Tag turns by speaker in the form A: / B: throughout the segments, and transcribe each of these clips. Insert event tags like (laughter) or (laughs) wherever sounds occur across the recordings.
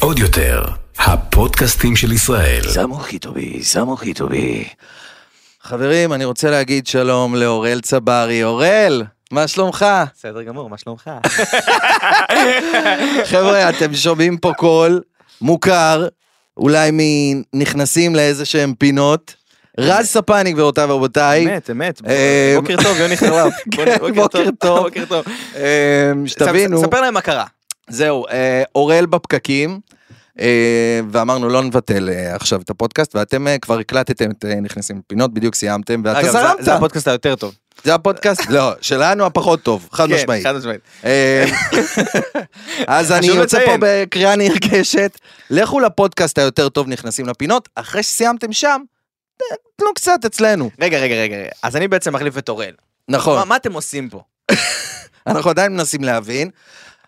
A: עוד יותר, הפודקאסטים של ישראל.
B: סמו חיטובי, סמו חיטובי.
C: חברים, אני רוצה להגיד שלום לאורל צברי. אורל, מה שלומך?
D: בסדר גמור, מה שלומך?
C: חבר'ה, אתם שומעים פה קול מוכר, אולי מנכנסים לאיזה שהם פינות. רז ספניק ואותיו רבותיי.
D: אמת, אמת. בוא-
C: אה,
D: בוקר טוב, (laughs) יוני חרלפ. בוא-
C: כן, בוקר טוב.
D: בוקר טוב.
C: אה, שתבינו,
D: ספר להם מה קרה.
C: זהו, אה, אורל בפקקים, אה, ואמרנו לא נבטל אה, עכשיו את הפודקאסט, ואתם אה, כבר הקלטתם את אה, נכנסים לפינות, בדיוק סיימתם, ואתה
D: אגב, זה-
C: זרמת.
D: זה הפודקאסט היותר טוב.
C: זה הפודקאסט, לא, שלנו הפחות טוב, חד
D: כן,
C: משמעית.
D: חד משמעית.
C: אה,
D: (laughs)
C: אז אני
D: חשוב
C: יוצא פה
D: לציין.
C: בקריאה נרגשת, לכו לפודקאסט היותר טוב נכנסים לפינות, אחרי שסיימתם שם, תנו קצת אצלנו.
D: רגע, רגע, רגע, רגע. אז אני בעצם מחליף את אוראל.
C: נכון,
D: מה- מה אתם עושים פה?
C: אנחנו עדיין מנסים להבין.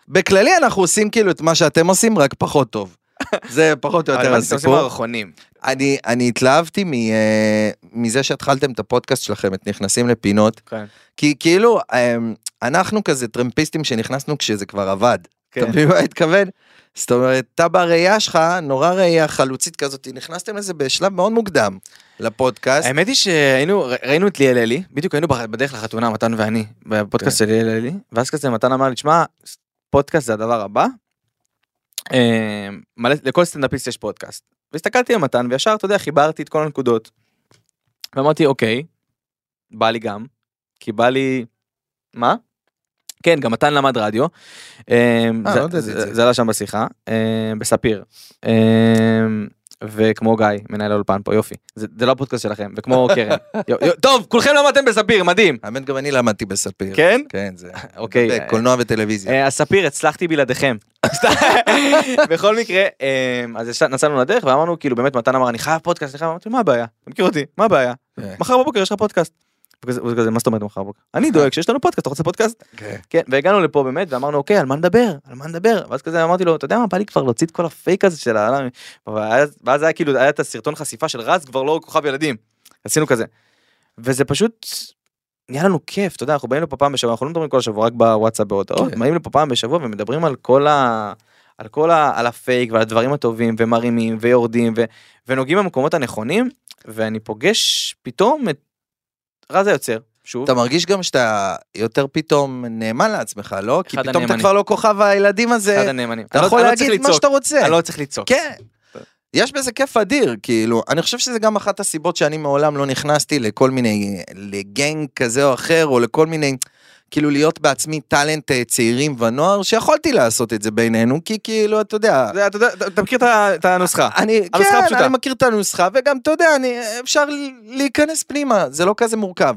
C: בכללי אנחנו עושים כאילו את מה שאתם עושים, רק פחות
D: (laughs)
C: טוב. זה פחות או
D: אבל
C: יותר
D: אתם עושים
C: הסיפור.
D: מערכונים.
C: אני, אני התלהבתי מ, אה, מזה שהתחלתם את הפודקאסט שלכם, את נכנסים לפינות,
D: כן.
C: כי כאילו אה, אנחנו כזה טרמפיסטים שנכנסנו כשזה כבר עבד.
D: כן.
C: אתה מבין מה אני מתכוון? זאת אומרת, אתה בראייה שלך, נורא ראייה חלוצית כזאת, נכנסתם לזה בשלב מאוד מוקדם לפודקאסט.
D: האמת היא שהיינו, ר- ראינו את ליאל אלי, בדיוק היינו בח- בדרך לחתונה, מתן ואני, בפודקאסט של ליאל אלי, ואז כזה מתן אמר לי, שמע, ס- פודקאסט זה הדבר הבא, אה, מלא, לכל סטנדאפיסט יש פודקאסט. והסתכלתי על מתן, וישר, אתה יודע, חיברתי את כל הנקודות. ואמרתי, אוקיי, בא לי גם, כי בא לי... מה? כן, גם מתן למד רדיו. אה,
C: אה,
D: זה-
C: לא ידעתי את
D: זה-
C: זה.
D: זה עלה שם בשיחה, אה, בספיר. אה, וכמו גיא, מנהל האולפן פה, יופי. זה זה לא הפודקאסט שלכם, וכמו
C: (laughs)
D: קרן. יו- יו- טוב, כולכם למדתם בספיר, מדהים.
C: האמת, גם אני למדתי בספיר.
D: כן?
C: כן, זה...
D: אוקיי.
C: מדבק, קולנוע וטלוויזיה.
D: אה, הספיר, הצלחתי בלעדיכם. (laughs) סתם. בכל מקרה, אה, אז ישר- נסענו לדרך ואמרנו, כאילו, באמת, מתן אמר, אני חייב פודקאסט, אני חייב, אמרתי, מה הבעיה? אתה מכיר אותי, מה הבעיה?
C: כן.
D: מחר בבוקר יש לך פודקאסט. הוא כזה- הוא כזה, מה זאת אומרת מחר בבוקר? אני דואג שיש לנו פודקאסט, אתה רוצה פודקאסט?
C: כן.
D: כן, והגענו לפה באמת, ואמרנו, אוקיי, על מה נדבר? על מה נדבר? ואז כזה אמרתי לו, אתה יודע מה, בא לי כבר להוציא את כל הפייק הזה של ה... ואז ואז היה כאילו, היה את הסרטון חשיפה של רז, כבר לא כוכב ילדים. עשינו כזה. וזה פשוט, נהיה לנו כיף, אתה יודע, אנחנו באים לפה פעם בשבוע, אנחנו לא מדברים כל השבוע, רק בוואטסאפ בהודעות,
C: כן.
D: באים לפה פעם בשבוע ומדברים על כל ה... על כל ה... על הפייק ועל הדברים הטובים, ומרימים, ויורדים, ו... ונוגעים במקומות הנכונים, ואני פוגש פתאום את רז היוצר, שוב.
C: אתה מרגיש גם שאתה יותר פתאום נאמן לעצמך, לא? כי
D: אחד
C: פתאום אתה
D: הנאמנים.
C: כבר לא כוכב הילדים
D: אחד
C: הזה,
D: הנאמנים.
C: אתה
D: אני לא-
C: יכול
D: אני לא צריך
C: להגיד מה
D: לצעוק.
C: שאתה רוצה.
D: אני לא צריך לצעוק.
C: כן. יש בזה כיף אדיר, כאילו, אני חושב שזה גם אחת הסיבות שאני מעולם לא נכנסתי לכל מיני, לגנג כזה או אחר, או לכל מיני, כאילו להיות בעצמי טאלנט אה, צעירים ונוער, שיכולתי לעשות את זה בינינו, כי כאילו, אתה יודע,
D: זה- אתה יודע, אתה- אתה מכיר את ה- את הנוסחה.
C: אני,
D: הנוסחה
C: כן,
D: הפשוטה.
C: אני מכיר את הנוסחה, וגם, אתה יודע, אני, אפשר להיכנס פנימה, זה לא כזה מורכב.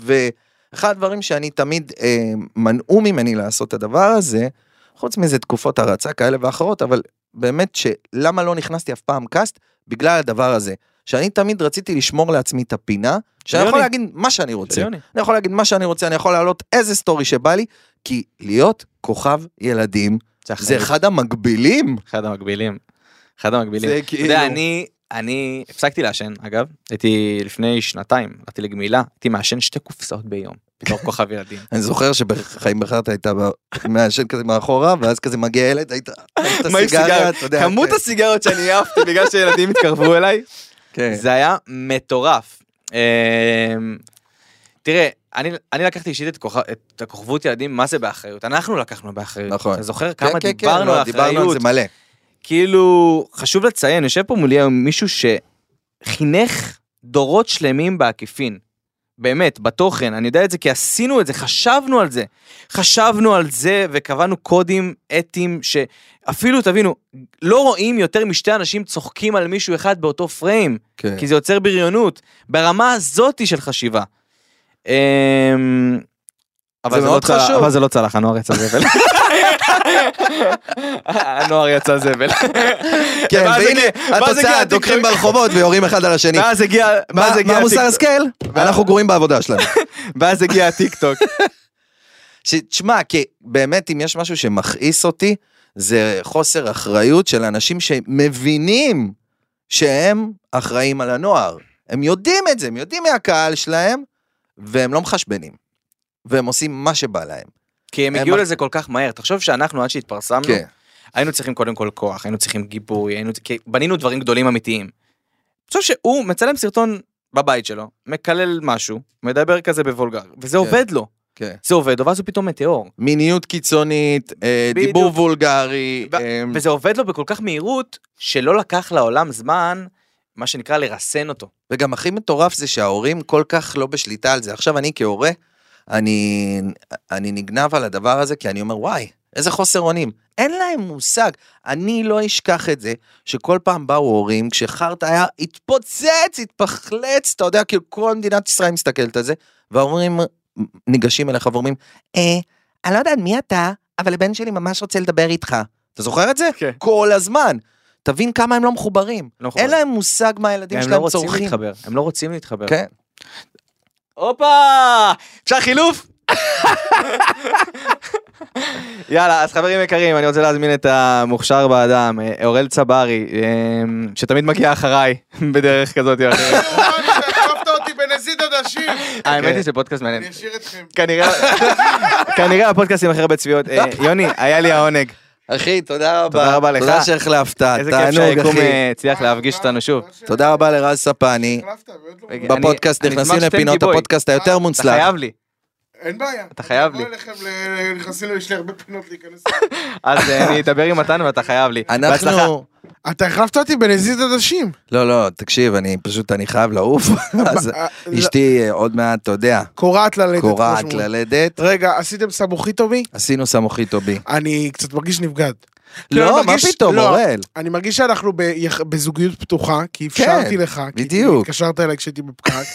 C: ואחד הדברים שאני תמיד אה, מנעו ממני לעשות את הדבר הזה, חוץ מאיזה תקופות הרצה כאלה ואחרות, אבל באמת שלמה לא נכנסתי אף פעם קאסט? בגלל הדבר הזה. שאני תמיד רציתי לשמור לעצמי את הפינה, שאני יכול
D: יוני.
C: להגיד מה שאני רוצה.
D: של יוני.
C: אני יכול להגיד מה שאני רוצה, אני יכול להעלות איזה סטורי שבא לי, כי להיות כוכב ילדים זה אחד המגבילים.
D: אחד המקבילים. אחד המקבילים.
C: זה
D: אתה יודע,
C: כאילו-
D: אני, אני הפסקתי לעשן, אגב. הייתי לפני שנתיים, הלכתי לגמילה, הייתי מעשן שתי קופסאות ביום, בתור
C: (laughs)
D: כוכב ילדים.
C: אני זוכר שבחיים בחרת הייתה ב- מעשן כזה מאחורה, ואז כזה מגיע ילד, היית... היית
D: מעיף
C: סיגריה,
D: סיגריה.
C: אתה יודע,
D: כמות
C: כן,
D: הסיגריות שאני העפתי בגלל
C: (laughs)
D: שילדים התקרבו אליי,
C: כן.
D: זה היה מטורף. אמ, תראה, אני, אני לקחתי אישית את, כוכב, את הכוכבות ילדים, מה זה באחריות? אנחנו לקחנו באחריות.
C: נכון.
D: אתה זוכר
C: כן,
D: כמה
C: כן, כן,
D: דיברנו
C: לא,
D: על
C: דיברנו על
D: אחריות?
C: זה מלא.
D: כאילו, חשוב לציין, יושב פה מולי היום מישהו שחינך דורות שלמים בעקיפין. באמת, בתוכן, אני יודע את זה כי עשינו את זה, חשבנו על זה. חשבנו על זה וקבענו קודים אתיים שאפילו, תבינו, לא רואים יותר משתי אנשים צוחקים על מישהו אחד באותו פריים.
C: כן.
D: כי זה יוצר בריונות, ברמה הזאתי של חשיבה. אמ, אבל
C: זה
D: זה, לא
C: מאוד
D: צלח-
C: חשוב.
D: אבל זה לא צלח, הנוער יצא זבל. הנוער יצא זבל.
C: כן,
D: ואז
C: והנה,
D: הגיע- ואז הגיע
C: התוצאה,
D: הטיקטוק.
C: דוקרים ברחובות ויורים אחד על השני.
D: ואז הגיע,
C: מה
D: ואז הגיע
C: מה מוסר
D: הטיק-
C: השכל? אנחנו גרועים בעבודה שלנו.
D: (laughs) ואז הגיע הטיקטוק.
C: (laughs) ש- תשמע, כי באמת, אם יש משהו שמכעיס אותי, זה חוסר אחריות של אנשים שמבינים שהם אחראים על הנוער. הם יודעים את זה, הם יודעים מהקהל שלהם, והם לא מחשבנים. והם עושים מה שבא להם.
D: כי הם
C: הם
D: הגיעו
C: מח-
D: לזה כל כך מהר. תחשוב שאנחנו, עד שהתפרסמנו,
C: כן.
D: היינו צריכים קודם כל כוח, היינו צריכים גיבוי, היינו... כי בנינו דברים גדולים אמיתיים. תחשוב שהוא מצלם סרטון בבית שלו, מקלל משהו, מדבר כזה בוולגר,
C: כן.
D: וזה עובד לו.
C: כן.
D: זה עובד לו, ואז הוא פתאום מטאור.
C: מיניות קיצונית, אה,
D: בדיוק.
C: דיבור וולגרי.
D: ו-
C: אה,
D: וזה עובד לו בכל כך מהירות, שלא לקח לעולם זמן, מה שנקרא לרסן אותו.
C: וגם הכי מטורף זה שההורים כל כך לא בשליטה על זה. עכשיו אני כהורה, אני, אני נגנב על הדבר הזה כי אני אומר וואי, איזה חוסר אונים. אין להם מושג. אני לא אשכח את זה שכל פעם באו הורים, כשחרטא היה התפוצץ, התפחלץ, אתה יודע, כאילו כל מדינת ישראל מסתכלת על זה, וההורים ניגשים אליך ואומרים, אה, אני לא יודעת מי אתה, אבל הבן שלי ממש רוצה לדבר איתך. אתה זוכר את זה?
D: כן.
C: כל הזמן. תבין כמה הם לא מחוברים.
D: לא מחובר.
C: אין להם מושג מה הילדים
D: הם לא
C: שלהם
D: רוצים
C: צורכים.
D: להתחבר, הם לא רוצים להתחבר.
C: כן.
D: הופה! אפשר חילוף? (laughs) יאללה, אז חברים יקרים, אני רוצה להזמין את המוכשר באדם, אה, אוראל צברי, אה, שתמיד מגיע אחריי, (laughs) בדרך כזאת או אחרת.
E: עקבת אותי בנזיד עדשים.
D: (laughs) האמת היא שזה פודקאסט
E: אני
D: מעניין.
E: אשאיר אתכם.
D: אוקיי. כנראה, (laughs) כנראה הפודקאסט עם הכי הרבה צביעות. אה, יוני, היה לי העונג.
C: אחי, תודה רבה.
D: תודה רבה לך.
C: תודה שהחלפת,
D: איזה כיף
C: תענוג,
D: שהיקום
C: אחי.
D: אה, הצליח להפגיש אותנו שוב.
C: תודה רבה לרז ספני.
E: החלפת, באמת לא.
D: רגע. אני-
C: בפודקאסט
D: אני
C: נכנסים
D: אשמח שתיתן
C: לפינות
D: גיבוי.
C: הפודקאסט היותר
D: אתה
C: מוצלח.
D: חייב לי.
E: אין בעיה.
D: אתה חייב לי.
E: אני אבוא אליכם, ל- נכנסים, לי- יש לי הרבה פינות להיכנס.
D: אז אה, אני אדבר עם מתן ואתה חייב לי. בהצלחה.
C: אנחנו...
E: אתה החלפת אותי בנזיד עדשים.
C: לא, לא, תקשיב, אני פשוט, אני חייב לעוף.
D: (laughs)
C: אז
E: אה,
C: אשתי אה, עוד מעט, אתה יודע,
E: קורעת ללדת. כמו
C: קורעת
E: שאומרים.
C: ללדת,
E: רגע, עשיתם סבוכיטו בי?
C: עשינו סמוכיטו בי.
E: אני קצת מרגיש נפגד. כאילו,
C: לא,
E: אני
C: מה
E: מרגיש-
C: פתאום,
E: לא,
C: אוראל? כן,
E: אני מרגיש שאנחנו ביח- בזוגיות פתוחה, כי אפשרתי לך. כי
C: בדיוק.
E: התקשרת אליי כשהייתי בפקק. (laughs)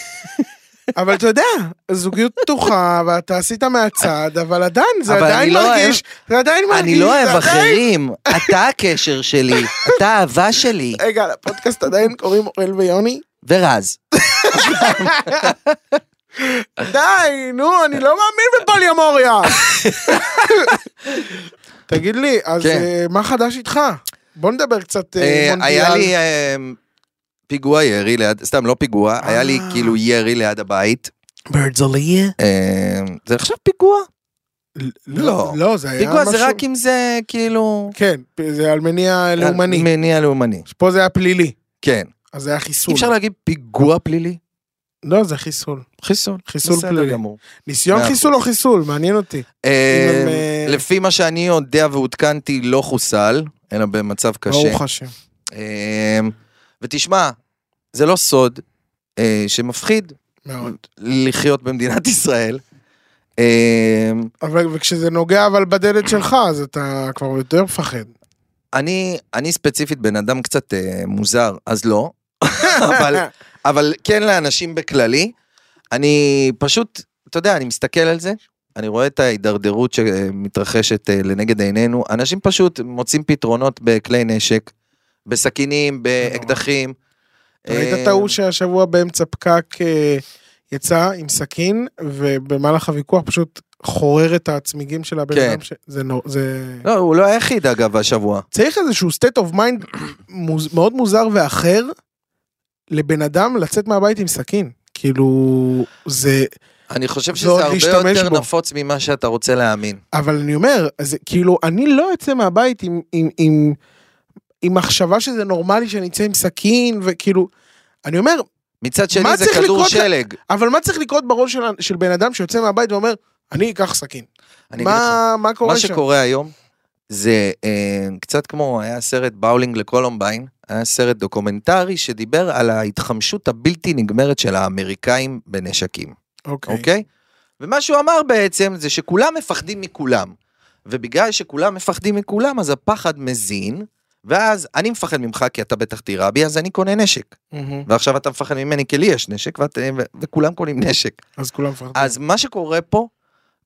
E: אבל אתה יודע, זוגיות פתוחה, ואתה עשית מהצד, אבל עדיין, זה
C: אבל
E: עדיין
C: אני לא
E: מרגיש, זה עדיין מרגיש,
C: אני
E: זה
C: לא אוהב
E: עדיין-
C: אחרים, אתה הקשר שלי, אתה האהבה שלי,
E: רגע, לפודקאסט עדיין קוראים אוראל ויוני?
C: ורז.
E: די, נו, אני לא מאמין
C: (laughs)
E: בפוליומוריה. תגיד לי, אז
C: כן.
E: אה, מה חדש איתך? בוא נדבר קצת אה,
C: אה, היה
E: מונדיאל.
C: לי אה, פיגוע ירי ליד, סתם לא פיגוע, היה לי
E: אה.
C: כאילו ירי ליד הבית.
E: ברזליה?
C: אה, זה נחשב פיגוע? לא.
E: לא, זה היה
C: פיגוע
E: משהו...
C: זה רק אה, אם זה כאילו...
E: כן, זה על מניע לאומני.
C: מניע לאומני.
E: פה זה היה פלילי,
C: כן.
E: אז זה היה
C: אי
E: חיסול.
C: אפשר להגיד פיגוע פלילי?
E: לא, זה חיסול.
C: חיסול.
E: חיסול פלילי.
C: בסדר גמור.
E: ניסיון
C: מאה
E: חיסול או חיסול, מעניין אותי.
C: אה,
E: אם הם, אה,
C: לפי מה שאני יודע ועודכנתי, לא חוסל, אלא
E: לא
C: במצב קשה.
E: ברוך השם.
C: אה, ותשמע, זה לא סוד אה, שמפחיד
E: מאוד.
C: לחיות במדינת ישראל. אה,
E: אבל וכשזה נוגע אבל בדלת שלך, אז אתה כבר יותר מפחד.
C: אני, אני ספציפית בן אדם קצת אה, מוזר, אז לא, (laughs) אבל, אבל כן לאנשים בכללי. אני פשוט, אתה יודע, אני מסתכל על זה, אני רואה את ההידרדרות שמתרחשת אה, לנגד עינינו. אנשים פשוט מוצאים פתרונות בכלי נשק, בסכינים, באקדחים.
E: ראית
C: אה,
E: את ההוא שהשבוע באמצע פקק אה, יצא עם סכין, ובמהלך הוויכוח פשוט חורר את הצמיגים של הבן
C: כן.
E: אדם. ש- זה נו- זה...
C: לא, הוא לא היחיד אגב השבוע.
E: צריך איזשהו state of mind מוז- מאוד מוזר ואחר לבן אדם לצאת מהבית עם סכין. כאילו, זה...
C: אני חושב שזה
E: ועוד
C: הרבה
E: להשתמש
C: יותר
E: בו.
C: נפוץ ממה שאתה רוצה להאמין.
E: אבל אני אומר, אז כאילו, אני לא אצא מהבית עם, עם, עם, עם מחשבה שזה נורמלי שאני אצא עם סכין, וכאילו, אני אומר,
C: מצד שני
E: מה
C: זה
E: צריך
C: כדור
E: לקרות ל-
C: שלג.
E: אבל מה צריך לקרות בראש של, של בן אדם שיוצא מהבית ואומר, אני אקח סכין.
C: אני אגיד לך.
E: מה, מה קורה
C: מה
E: שם?
C: שקורה היום זה אה, קצת כמו היה סרט באולינג לקולומביין, היה סרט דוקומנטרי שדיבר על ההתחמשות הבלתי נגמרת של האמריקאים בנשקים,
E: אוקיי.
C: אוקיי? ומה שהוא אמר בעצם זה שכולם מפחדים מכולם, ובגלל שכולם מפחדים מכולם אז הפחד מזין, ואז אני מפחד ממך כי אתה בטח תירה בי אז אני קונה נשק,
E: מהמם.
C: ועכשיו אתה מפחד ממני כי לי יש נשק ואת, אה, ו- וכולם קונים נשק.
E: אז כולם מפחדים.
C: אז מה שקורה פה,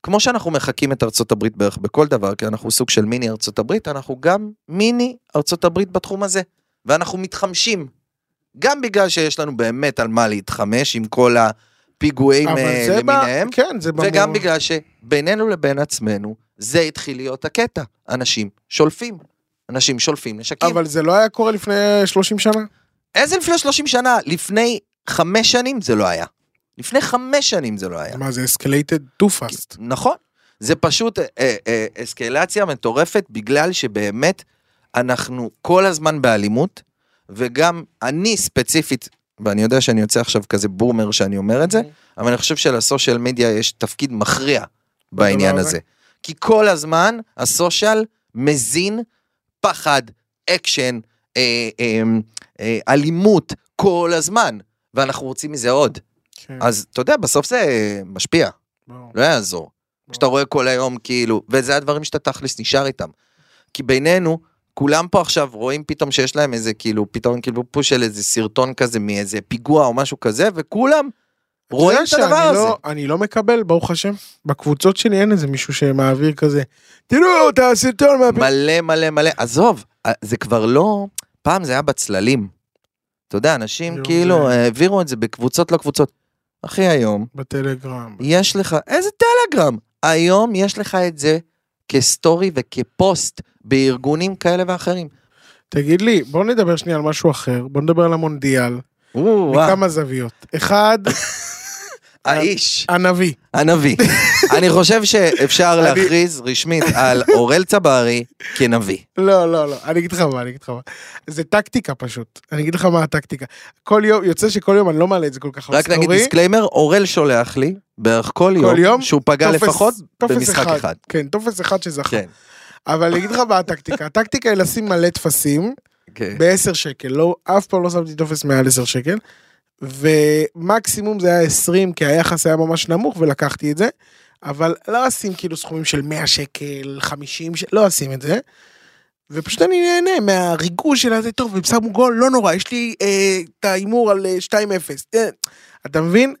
C: כמו שאנחנו מחקים את ארצות הברית בערך בכל דבר, כי אנחנו סוג של מיני ארצות הברית, אנחנו גם מיני ארצות הברית בתחום הזה, ואנחנו מתחמשים. גם בגלל שיש לנו באמת על מה להתחמש עם כל הפיגועים
E: אבל
C: אה,
E: זה ב-
C: למיניהם,
E: כן, זה במור...
C: וגם בגלל שבינינו לבין עצמנו, זה התחיל להיות הקטע. אנשים שולפים. אנשים שולפים נשקים. אבל...
E: אבל זה לא היה קורה לפני 30 שנה?
C: איזה לפני 30 שנה? לפני חמש שנים זה לא היה. לפני חמש שנים זה לא היה.
E: מה, זה escalated too fast.
C: נכון. זה פשוט אה, אה, אסקלציה מטורפת, בגלל שבאמת אנחנו כל הזמן באלימות, וגם אני ספציפית, ואני יודע שאני יוצא עכשיו כזה בומר שאני אומר את זה, אבל אני חושב שלסושיאל מדיה יש תפקיד מכריע בעניין
E: הזה.
C: הזה. כי כל הזמן הסושיאל מזין פחד, אקשן, אה, אה, אה, אלימות, כל הזמן, ואנחנו רוצים מזה עוד.
E: כן,
C: אז אתה יודע, בסוף זה אה, משפיע,
E: ברור.
C: לא יעזור. כשאתה רואה כל היום כאילו, וזה הדברים שאתה תכלס נשאר איתם. כי בינינו, כולם פה עכשיו רואים פתאום שיש להם איזה כאילו, פתאום כאילו פוש של איזה סרטון כזה מאיזה פיגוע או משהו כזה, וכולם רואים את
E: אתה יודע
C: הדבר
E: שאני
C: הזה.
E: לא- אני לא מקבל, ברוך השם. בקבוצות שלי אין איזה מישהו שמעביר כזה, תראו את הסרטון מהפ...
C: מלא מלא מלא, עזוב, אה, זה כבר לא, פעם זה היה בצללים. אתה יודע, אנשים
E: היום
C: כאילו
E: זה-
C: העבירו את זה בקבוצות לא קבוצות. אחי, היום
E: בטלגרם.
C: יש לך, איזה טלגרם? היום יש לך את זה כסטורי וכפוסט בארגונים כאלה ואחרים.
E: תגיד לי, בוא נדבר שנייה על משהו אחר, בוא נדבר על המונדיאל. מכמה זוויות. אחד, (laughs)
C: האיש,
E: ענבי. (laughs)
C: הנביא. אני חושב שאפשר
E: אני-
C: להכריז רשמית על אורל צברי כנביא.
E: לא, לא, לא, אני אגיד לך מה, אני אגיד לך מה. זה טקטיקה פשוט. אני אגיד לך מה הטקטיקה. כל יום, יוצא שכל יום אני לא מעלה את זה כל כך על
C: רק נגיד
E: סטורי.
C: דיסקליימר, אורל שולח לי בערך כל יום
E: יום,
C: שהוא פגע
E: טופס-
C: לפחות
E: טופס
C: במשחק אחד.
E: כן, טופס אחד שזכה.
C: כן.
E: אבל אני אגיד לך מה הטקטיקה. הטקטיקה היא לשים מלא טפסים,
C: כן.
E: ב-10 שקל, לא, אף פעם לא שמתי טופס מעל 10 שקל. ומקסימום זה היה 20 כי היחס היה ממש נמוך ולקחתי את זה. אבל לא אשים כאילו סכומים של 100 שקל, 50 שקל, לא אשים את זה. ופשוט אני נהנה מהריגוש של הזה, טוב, הם שמו גול, לא נורא, יש לי אה, את ההימור על אה, 2-0. אה, אתה מבין?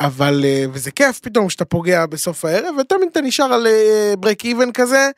E: אבל, אה, וזה כיף פתאום כשאתה פוגע בסוף הערב, ותמיד אתה נשאר על אה, ברייק איבן כזה,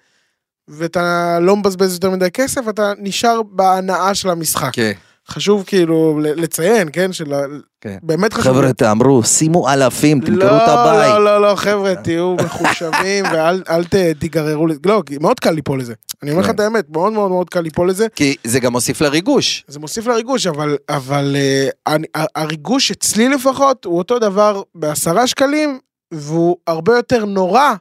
E: ואתה לא מבזבז יותר מדי כסף, אתה נשאר בהנאה של המשחק.
C: כן.
E: חשוב כאילו ל- לציין, כן? של... ה-
C: כן.
E: באמת חשוב.
C: חבר'ה, תאמרו, שימו אלפים, תמכרו את הבית.
E: לא, לא, לא, חבר'ה, תהיו מחושבים ואל אל ת- תיגררו לזה. לא, כי מאוד קל ליפול לזה. אני אומר לך
C: כן.
E: את האמת, מאוד מאוד מאוד קל ליפול לזה.
C: כי זה גם מוסיף לריגוש.
E: זה מוסיף לריגוש, אבל, אבל אה, אני, ה- הריגוש אצלי לפחות הוא אותו דבר בעשרה שקלים, והוא הרבה יותר נורא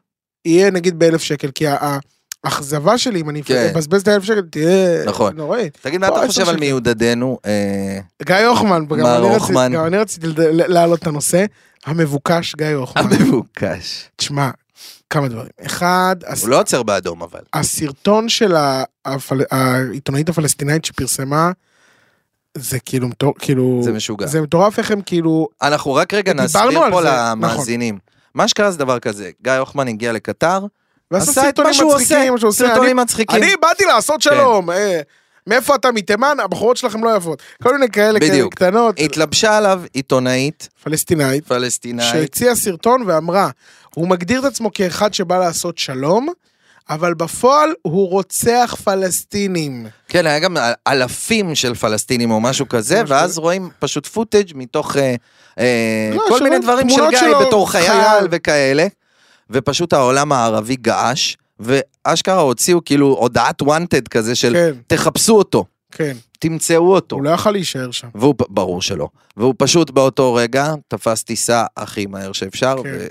E: יהיה נגיד באלף שקל, כי ה- האכזבה שלי אם אני
C: כן.
E: אבזבז את האלף שקל תהיה
C: נכון.
E: נוראית.
C: תגיד, מה
E: לא,
C: אתה
E: אי
C: חושב
E: אפשר
C: על
E: שזה-
C: מיודדנו?
E: (coughs)
C: אה,
E: גיא הוחמן, גם
C: מר
E: אני רציתי-
C: הוחמן.
E: גם אני רציתי לד- להעלות את הנושא, המבוקש גיא הוחמן.
C: המבוקש.
E: תשמע, כמה דברים. אחד, הס-
C: הוא לא עוצר באדום, אבל.
E: הסרטון של ה- הפל- העיתונאית הפלסטינאית שפרסמה, זה כאילו, מטור- כאילו,
C: זה משוגע.
E: זה מטורף איך הם כאילו,
C: אנחנו רק רגע
E: דיברנו
C: נסביר
E: על
C: פה
E: זה,
C: למאזינים. מה שקרה זה דבר כזה, גיא הוחמן הגיע לקטר,
E: ועשה
C: עשה את
E: סרטונים
C: מה שהוא
E: מצחיקים, מה
C: עושה,
E: שהוא עושה, אני-
C: סרטונים מצחיקים. כן.
E: אני באתי לעשות שלום, אה, מאיפה אתה מתימן, הבחורות שלכם לא יפות, כל מיני כאלה, כאלה
C: בדיוק.
E: קטנות,
C: התלבשה עליו עיתונאית
E: פלסטינאית,
C: פלסטינאית.
E: שהציעה סרטון ואמרה, הוא מגדיר את עצמו כאחד שבא לעשות שלום, אבל בפועל הוא רוצח פלסטינים.
C: כן, היה גם אל- אלפים של פלסטינים או משהו כזה,
E: ממש
C: ואז
E: כזה.
C: רואים פשוט פוטאג' מתוך אה, אה,
E: לא,
C: כל
E: שרואים
C: מיני דברים של
E: תמונות
C: גיא
E: שלו,
C: בתור חייל
E: חייל.
C: וכאלה, ופשוט העולם הערבי געש, ואשכרה הוציאו כאילו הודעת wanted כזה של
E: כן,
C: תחפשו אותו,
E: כן,
C: תמצאו אותו.
E: הוא לא יכל להישאר שם.
C: והוא, פ- ברור שלא, והוא פשוט באותו רגע תפס טיסה הכי מהר שאפשר,
E: כן.
C: ו-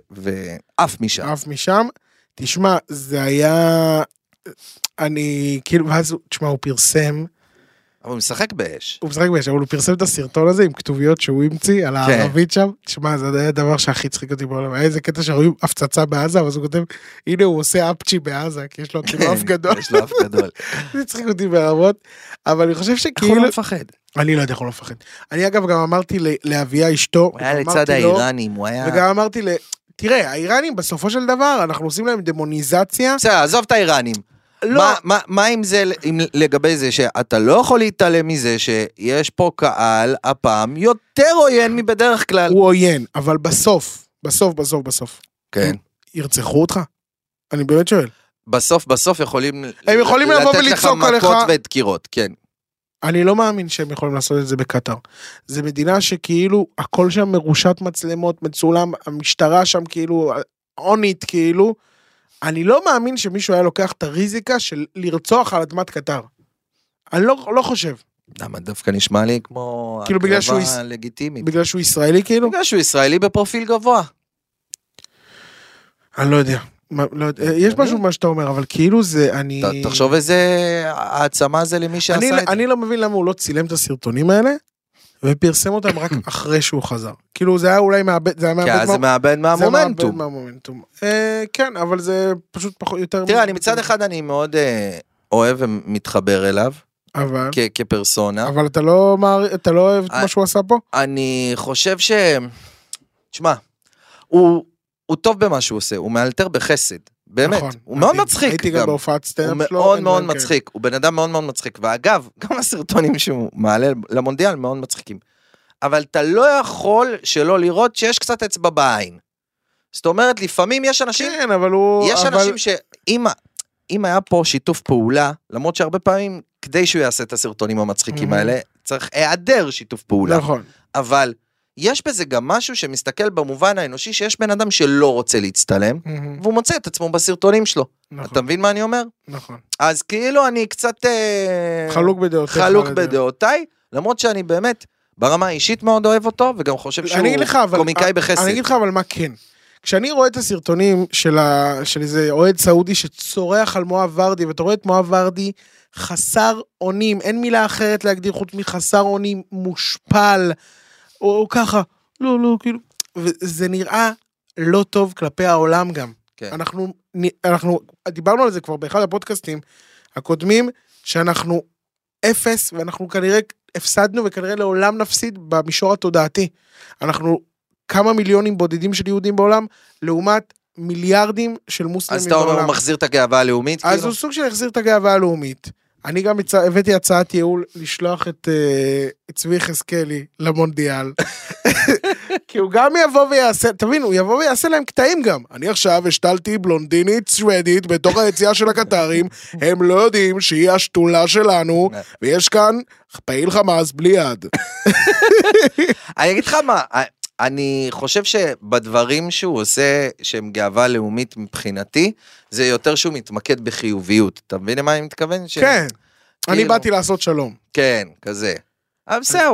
C: ועף משם.
E: עף משם. תשמע, זה היה... אני כאילו, ואז, הוא- תשמע, הוא פרסם,
C: אבל הוא משחק באש.
E: הוא משחק באש, אבל הוא פרסם את הסרטון הזה עם כתוביות שהוא המציא
C: כן.
E: על הערבית שם. תשמע, זה היה הדבר שהכי צחיק אותי בעולם. היה איזה קטע שרואים הפצצה בעזה, ואז הוא כותב, הנה הוא עושה אפצ'י בעזה, כי יש לו כאילו
C: כן.
E: אף גדול.
C: יש לו אף גדול.
E: (laughs) זה צחיק אותי ברמות. אבל אני חושב
C: איך הוא
E: שכאילו...
C: לא מפחד?
E: אני לא יודע איך הוא לא מפחד. אני אגב גם אמרתי ל- לאביה אשתו,
C: הוא היה
E: גם
C: לצד אה.
E: אמרתי לו,
C: האיראנים, הוא היה...
E: וגם אמרתי ל... תראה, האיראנים בסופו של דבר, אנחנו עושים להם דמוניזציה.
C: בסדר, עזוב את האיראנים.
E: לא.
C: מה- מה- מה עם זה, עם- לגבי זה שאתה לא יכול להתעלם מזה שיש פה קהל הפעם יותר עוין מבדרך כלל.
E: הוא עוין, אבל בסוף, בסוף, בסוף, בסוף,
C: כן.
E: ירצחו אותך? אני באמת שואל.
C: בסוף בסוף יכולים...
E: הם יכולים
C: לתת
E: לבוא ולצעוק עליך.
C: מכות ודקירות, כן.
E: אני לא מאמין שהם יכולים לעשות את זה בקטאר. זו מדינה שכאילו, הכל שם מרושת מצלמות, מצולם, המשטרה שם כאילו, on it כאילו. אני לא מאמין שמישהו היה לוקח את הריזיקה של לרצוח על אדמת קטאר. אני לא, לא חושב.
C: למה דווקא נשמע לי כמו...
E: כאילו, בגלל שהוא
C: הקרבה
E: יש-
C: לגיטימית.
E: בגלל שהוא ישראלי כאילו?
C: בגלל שהוא ישראלי בפרופיל גבוה.
E: אני לא יודע. מה, לא יודע, יש משהו במה שאתה אומר, אבל כאילו זה, אני...
C: ת- תחשוב איזה העצמה זה למי שעשה
E: אני,
C: את זה.
E: אני לא מבין למה הוא לא צילם את הסרטונים האלה, ופרסם אותם רק אחרי שהוא חזר. כאילו זה היה אולי מאבד, זה היה מאבד,
C: כי אז
E: מה-
C: זה מאבד
E: זה היה מאבד
C: מהמומנטום.
E: מהמומנטום. אה, כן, אבל זה פשוט פחות, יותר...
C: תראה, אני מצד אחד אני מאוד אה, אוהב ומתחבר אליו
E: אבל,
C: כ- כפרסונה.
E: כן. אבל אתה לא מעריך, אתה לא אוהב את
C: כן. אה.
E: מה שהוא עשה פה?
C: אני חושב ש... תשמע, הוא, הוא טוב במה שהוא עושה, הוא מאלתר בחסד, באמת.
E: נכון,
C: הוא מאוד
E: הייתי-
C: מצחיק
E: הייתי
C: גם.
E: גם בהופעת סטנדאפ
C: הוא
E: שלו. כן,
C: מאוד
E: אין
C: מאוד
E: דברים
C: מצחיק, הוא בן אדם מאוד מאוד מצחיק, ואגב, (laughs) גם הסרטונים שהוא מעלה למונדיאל מאוד מצחיקים. אבל אתה לא יכול שלא לראות שיש קצת אצבע בעין. זאת אומרת, לפעמים יש
E: כאלה.
C: אנשים,
E: כן, אבל הוא...
C: יש
E: אבל-
C: אנשים שאם ה- אם היה פה שיתוף פעולה, למרות שהרבה פעמים, כדי שהוא יעשה את הסרטונים המצחיקים
E: Mhm.
C: האלה, צריך היעדר שיתוף פעולה.
E: נכון.
C: אבל יש בזה גם משהו שמסתכל במובן האנושי שיש בן אדם שלא רוצה להצטלם,
E: מהמם,
C: והוא מוצא את עצמו בסרטונים שלו. אתה
E: נכון,
C: מבין מה אני אומר?
E: נכון.
C: אז כאילו אני קצת... אה,
E: חלוק בדעותיך.
C: חלוק
E: על הדעה.
C: בדעותיי, למרות שאני באמת ברמה האישית מאוד אוהב אותו, וגם חושב שהוא
E: אני אגיד לך, אבל-
C: קומיקאי בחסד.
E: אני אגיד לך אבל מה כן. כשאני רואה את הסרטונים של, ה... של איזה אוהד סעודי שצורח על מואב ורדי, ואתה רואה את מואב ורדי חסר אונים, אין מילה אחרת להגדיר חוץ מחסר אונים, מושפל, או, או ככה, לא, לא, כאילו, וזה נראה לא טוב כלפי העולם גם.
C: כן.
E: אנחנו, נ- אנחנו דיברנו על זה כבר באחד הפודקאסטים הקודמים, שאנחנו אפס, ואנחנו כנראה הפסדנו וכנראה לעולם נפסיד במישור התודעתי. אנחנו כמה מיליונים בודדים של יהודים בעולם, לעומת מיליארדים של
C: אז
E: מוסלמים
C: אתה אומר,
E: בעולם.
C: הוא מחזיר את הגאווה הלאומית,
E: אז
C: כאילו?
E: הוא סוג של החזיר את הגאווה הלאומית. אני גם הצע... הבאתי הצעת ייעול לשלוח את אה, את צבי יחזקאלי למונדיאל. (laughs) כי הוא גם יבוא ויעשה, תבין, הוא יבוא ויעשה להם קטעים גם. אני עכשיו השתלתי בלונדינית שוודית בתוך היציאה של הקטרים, הם לא יודעים שהיא
C: (laughs)
E: השתולה שלנו, ויש כאן פעיל חמאס בלי יד.
C: כן. אני אגיד לך מה, אה, אני חושב שבדברים שהוא עושה, שהם גאווה לאומית מבחינתי, זה יותר שהוא מתמקד בחיוביות. אתה מבין למה אני מתכוון? ש-
E: כן, אני
C: כאילו.
E: באתי לעשות שלום.
C: כן, כזה. אבל בסדר,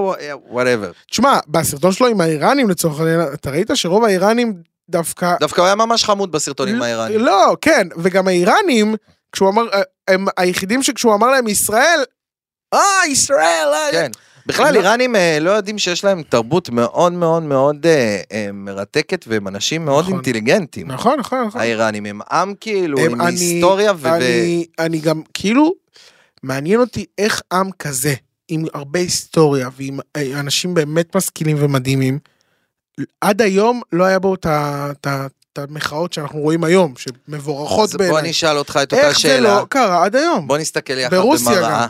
C: וואטאבר.
E: תשמע, בסרטון שלו עם האיראנים לצורך העניין, אתה ראית שרוב האיראנים דווקא...
C: דווקא הוא היה ממש חמוד בסרטונים האיראניים.
E: לא, כן, וגם האיראנים, כשהוא אמר, אה, הם היחידים שכשהוא אמר להם ישראל, אה, ישראל, אה...
C: כן. בכלל
E: לא-
C: איראנים אה, לא יודעים שיש להם תרבות מאוד מאוד מאוד אה, אה, מרתקת והם אנשים מאוד
E: נכון.
C: אינטליגנטים.
E: נכון, נכון, נכון.
C: האיראנים הם עם כאילו
E: הם-
C: אה, עם
E: אני-
C: היסטוריה ו... ו-
E: אני, אני גם, כאילו, מעניין אותי איך עם כזה, עם הרבה היסטוריה ועם אה, אנשים באמת משכילים ומדהימים, עד היום לא היה בו את ה- את ה- את המחאות שאנחנו רואים היום, שמבורכות
C: אז בוא אני
E: בעיניי.
C: אשאל אותך את אותה
E: איך זה
C: שאלה.
E: לא קרה עד היום?
C: בוא נסתכל יחד
E: ברוסיה
C: במראה
E: גם.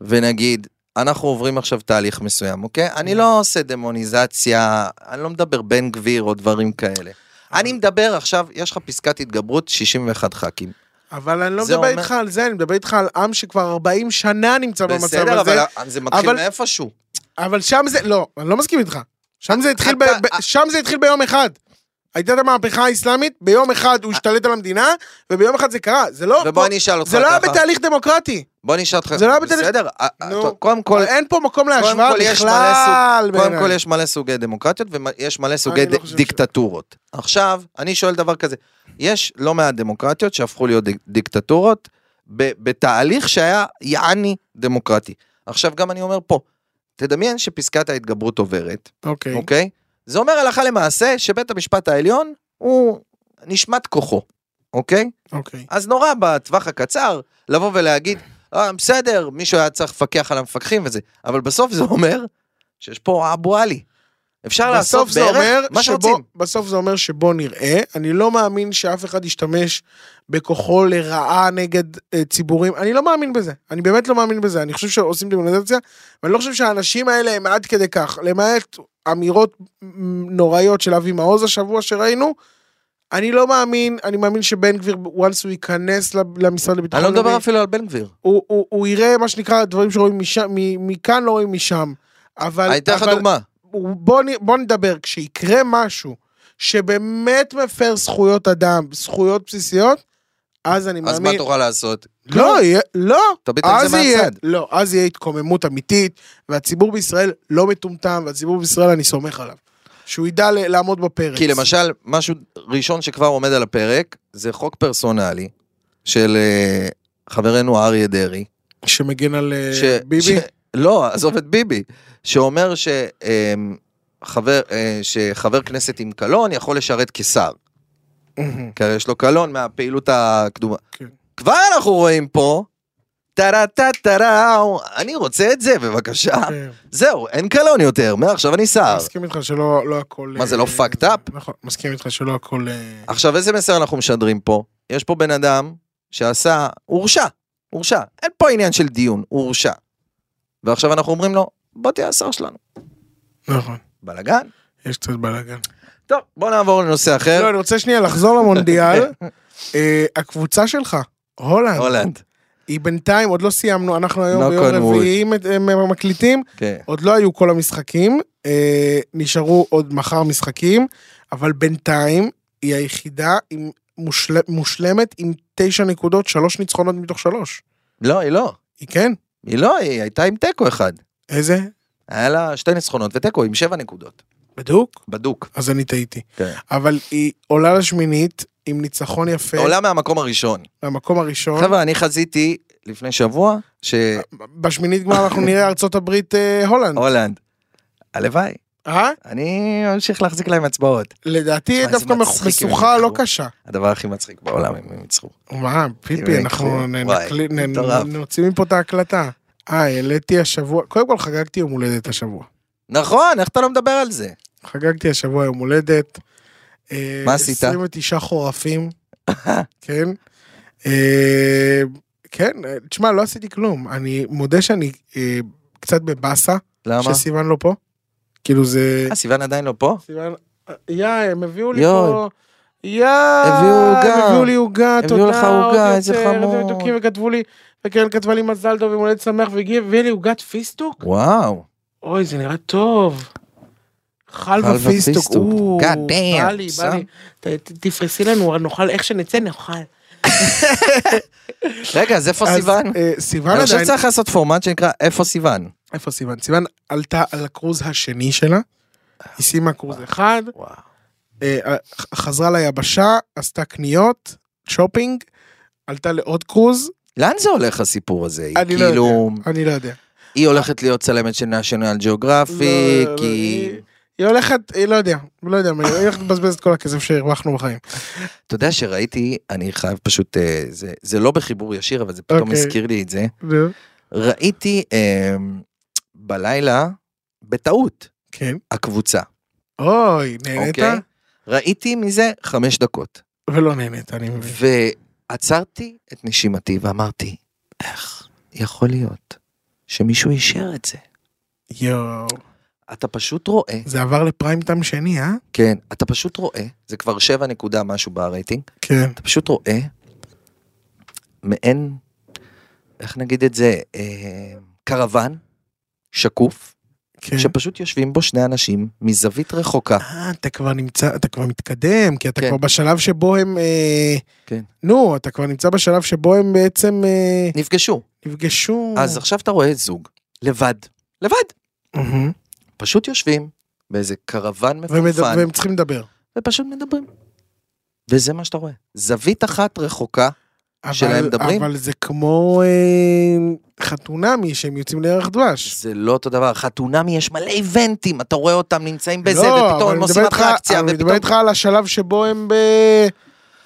C: ונגיד אנחנו עוברים עכשיו תהליך מסוים אוקיי אני
E: כן.
C: לא עושה דמוניזציה אני לא מדבר בן גביר או דברים כאלה.
E: אה.
C: אני מדבר עכשיו יש לך פסקת התגברות 61 ח"כים.
E: אבל אני לא
C: זה
E: מדבר
C: אומר-
E: איתך על זה, אני מדבר איתך על עם שכבר 40 שנה נמצא לא במצב
C: בסדר
E: הזה.
C: אבל זה מתחיל
E: אבל-
C: מאיפשהו.
E: אבל שם זה, לא, אני לא מסכים איתך. שם זה התחיל, ב,
C: אתה-
E: ב, שם זה התחיל ביום אחד. הייתה את המהפכה האסלאמית, ביום אחד הוא השתלט על המדינה, וביום אחד זה קרה. זה לא,
C: אה. ובוא אני אשאל אותך
E: זה לא היה
C: ככה.
E: בתהליך דמוקרטי.
C: בוא אני אשאל אותך.
E: זה לא היה בתל-
C: בסדר. אה, אה,
E: נו.
C: טוב, קודם כל.
E: אין פה מקום
C: קודם
E: להשוואה
C: כל יש מלא
E: בכלל.
C: סוג- קודם
E: בעיניי.
C: כל יש מלא סוגי דמוקרטיות ויש מלא סוגי
E: לא
C: ד-
E: חושב ש-
C: דיקטטורות. עכשיו, אני שואל דבר כזה, יש לא מעט דמוקרטיות שהפכו להיות דיק- דיקטטורות ב- בתהליך שהיה יעני דמוקרטי. עכשיו גם אני אומר פה, תדמיין שפסקת ההתגברות עוברת,
E: אוקיי.
C: אוקיי? זה אומר הלכה למעשה שבית המשפט העליון הוא נשמת כוחו, אוקיי?
E: אוקיי.
C: אז נורא בטווח הקצר לבוא ולהגיד, "אה, בסדר, מישהו היה צריך לפקח על המפקחים וזה, אבל בסוף זה אומר שיש פה אבו עלי. אפשר לעשות
E: בסוף זה אומר
C: בערך מה
E: שבו,
C: שרוצים.
E: בסוף זה אומר שבו נראה, אני לא מאמין שאף אחד ישתמש בכוחו לרעה נגד אה, ציבורים, אני לא מאמין בזה, אני באמת לא מאמין בזה, אני חושב שעושים דמוניזציה, ואני לא חושב שהאנשים האלה הם עד כדי כך, למעט אמירות מ- נוראיות של אבי מעוז השבוע שראינו, אני לא מאמין, אני מאמין שבן גביר, once הוא ייכנס לב- למשרד
C: אני
E: לביטחון
C: לא מדבר אפילו על בן גביר.
E: הוא, הוא, הוא יראה מה שנקרא דברים שרואים משם, מ- מכאן לא רואים משם. אבל,
C: אני אתן לך
E: אבל-
C: דוגמה.
E: בוא, נ- בוא נדבר, כשיקרה משהו שבאמת מפר זכויות אדם, זכויות בסיסיות, אז אני
C: אז מה
E: מאמין...
C: תוכל לעשות?
E: לא, יהיה, לא,
C: תביט על
E: אז
C: זה
E: יהיה,
C: מהצד.
E: לא, אז יהיה התקוממות אמיתית, והציבור בישראל לא מטומטם, והציבור בישראל אני סומך עליו. שהוא ידע ל- לעמוד בפרץ.
C: כי למשל, משהו ראשון שכבר עומד על הפרק, זה חוק פרסונלי של אה, חברנו אריה דרעי.
E: שמגן על אה,
C: ש- ש-
E: ביבי.
C: לא, עזוב את ביבי. שאומר ש, אה, חבר, אה, שחבר כנסת עם קלון יכול לשרת כשר. כי הרי יש לו קלון מהפעילות הקדומה.
E: כן.
C: כבר אנחנו רואים פה, טרה טה טראו, אני רוצה את זה בבקשה.
E: כן.
C: זהו, אין קלון יותר, מעכשיו אני שר.
E: מסכים איתך שלא לא הכל...
C: אה. מה, זה
E: אה,
C: לא fucked up?
E: נכון, מסכים איתך שלא הכל... אה,
C: עכשיו איזה מסר אנחנו משדרים פה? יש פה בן אדם שעשה, הורשע, הורשע, אין פה עניין של דיון, הוא הורשע. ועכשיו אנחנו אומרים לו, בוא תהיה השר שלנו.
E: נכון,
C: בלאגן?
E: יש קצת בלאגן.
C: טוב, בוא נעבור לנושא
E: לא,
C: אחר.
E: אני רוצה שנייה לחזור
C: (laughs)
E: למונדיאל. אה, הקבוצה שלך, הולנד,
C: הולנד.
E: היא בינתיים, עוד לא סיימנו, אנחנו
C: Knock
E: היום ביום
C: on wood.
E: רביעי מת- אה, מקליטים,
C: כן.
E: עוד לא היו כל המשחקים, אה, נשארו עוד מחר משחקים, אבל בינתיים היא היחידה עם מושל... מושלמת עם תשע נקודות, שלוש ניצחונות מתוך שלוש.
C: לא, היא לא.
E: היא כן?
C: היא לא, היא הייתה עם תיקו אחד.
E: איזה?
C: היה לה שתי ניצחונות ותיקו עם שבע נקודות.
E: בדוק?
C: בדוק.
E: אז אני טעיתי.
C: כן.
E: אבל היא עולה לשמינית עם ניצחון יפה,
C: עולה מהמקום הראשון.
E: מהמקום הראשון.
C: חבר'ה, אני חזיתי לפני שבוע שהולנד,
E: בשמינית גמר אנחנו נראה ארצות הברית אה, הולנד.
C: הלוואי,
E: אה?
C: אני אמשיך להחזיק להם אצבעות.
E: לדעתי
C: תשמע,
E: דווקא
C: איזה מצחיק
E: משוכה
C: הם
E: לא
C: ניצחו.
E: קשה.
C: הדבר הכי מצחיק בעולם אם הם ייצרו.
E: מה, פיפי,
C: הם
E: אנחנו
C: יקרו.
E: נ-
C: וואי,
E: נקליט- נ-
C: מטורף.
E: נוציא מפה את ההקלטה. אה, העליתי השבוע, קודם כל חגגתי יום הולדת השבוע.
C: נכון, איך אתה לא מדבר על זה?
E: חגגתי השבוע יום הולדת. אה,
C: מה עשית?
E: 29
C: (laughs)
E: חורפים, כן. אה, כן, אה, תשמע, לא עשיתי כלום. אני מודה שאני אה, קצת בבאסה,
C: למה?
E: שסיוון לא פה. כאילו זה...
C: אה, סיוון עדיין לא פה?
E: סיוון, יא, אה, הם הביאו לי
C: יואי.
E: פה... יא,
C: הביאו עוגה.
E: הם הביאו לי עוגה,
C: הביאו
E: תודה,
C: לך עוגה,
E: עוד
C: איזה
E: יותר,
C: חמוד.
E: הביאו מתוקים וכתבו לי, וקרן כתבה לי מזל טוב ויום הולדת שמח, והגיע- והביאה לי עוגת פיסטוק?
C: וואו.
E: אוי, זה נראה טוב. חלבה
C: חלבה
E: פיסטוק,
C: פיסטוק.
E: או,
C: God
E: בא
C: damn,
E: לי, בא
C: son.
E: לי. ת- ת- תפרסי לנו, נאכל, איך שנצא נאכל.
C: רגע, אז איפה
E: אז,
C: סיוון?
E: אה, סיוון
C: אני חושב
E: עדיין,
C: שצריך לעשות פורמט שנקרא איפה סיוון.
E: איפה סיוון? סיוון עלתה על הקרוז השני שלה, היא סיימה קרוז אחד,
C: וואו.
E: אה, ח- חזרה ליבשה, עשתה קניות, שופינג, עלתה לעוד קרוז,
C: לאן זה הולך הסיפור הזה? היא
E: אני לא
C: כאילו,
E: אני לא יודע.
C: היא הולכת להיות צלמת של national
E: לא,
C: geographic, היא...
E: לא, היא- היא הולכת, היא לא יודע, לא יודע, מה, היא הולכת לבזבז את כל הכסף שהרווחנו בחיים.
C: אתה יודע שראיתי, אני חייב פשוט, אה, זה- זה לא בחיבור ישיר, אבל זה פתאום
E: אוקיי.
C: הזכיר לי את זה.
E: נו,
C: ראיתי אה, בלילה, בטעות,
E: כן.
C: הקבוצה,
E: אוי, נהנית?
C: אוקיי? ראיתי מזה חמש דקות,
E: ולא נהנית, אני מבין.
C: ועצרתי את נשימתי ואמרתי, איך יכול להיות שמישהו אישר את זה?
E: יואו.
C: אתה פשוט רואה,
E: זה עבר לפריים טיים שני, אה?
C: כן, אתה פשוט רואה, זה כבר שבע נקודה משהו ברייטינג,
E: כן.
C: אתה פשוט רואה מעין, איך נגיד את זה, אה, קרוון שקוף,
E: כן.
C: שפשוט יושבים בו שני אנשים מזווית רחוקה.
E: אה, אתה כבר נמצא, אתה כבר מתקדם, כי אתה
C: כן.
E: כבר בשלב שבו הם... אה,
C: כן.
E: נו, אתה כבר נמצא בשלב שבו הם בעצם אה,
C: נפגשו.
E: נפגשו.
C: אז עכשיו אתה רואה זוג, לבד, לבד,
E: מהמם.
C: פשוט יושבים באיזה קרוון
E: ומד-
C: מפונפן,
E: והם צריכים לדבר.
C: ופשוט מדברים. וזה מה שאתה רואה, זווית אחת רחוקה, שלהם
E: אבל-
C: מדברים?
E: אבל זה כמו אה, חתונמי שהם יוצאים לירח דבש.
C: זה לא אותו דבר, חתונמי יש מלא איבנטים, אתה רואה אותם נמצאים בזה,
E: לא, אבל
C: ופתאום
E: אני
C: הם עושים
E: מדבר איתך-
C: אטרקציה,
E: אבל אני מדבר
C: ופתאום...
E: איתך על השלב שבו הם ב...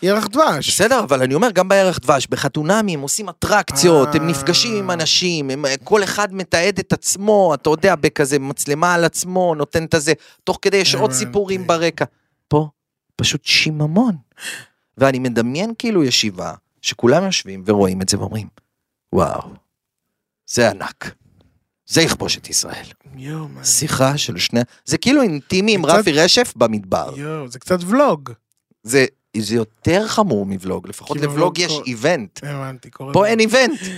E: ירח דבש.
C: בסדר, אבל אני אומר, גם בירח דבש, בחתונמי הם עושים אטרקציות, הם
E: אה.
C: נפגשים עם אנשים, הם, אה, כל אחד מתעד את עצמו, אתה יודע, בכזה מצלמה על עצמו, נותן את הזה, תוך כדי יש עוד
E: הבנתי.
C: סיפורים ברקע. פה, פשוט שיממון. ואני מדמיין כאילו ישיבה, שכולם יושבים ורואים את זה ואומרים, וואו, זה ענק. זה יכבוש את ישראל.
E: יואו, מה זה?
C: שיחה של שני... זה כאילו אינטימי עם
E: קצת-
C: רפי רשף במדבר.
E: יואו, זה קצת ולוג.
C: זה זה יותר חמור מבלוג, לפחות
E: כי בוולוג
C: לבלוג יש
E: פה-
C: איבנט.
E: הבנתי, קורה.
C: פה
E: לי.
C: אין איבנט.
E: יואו.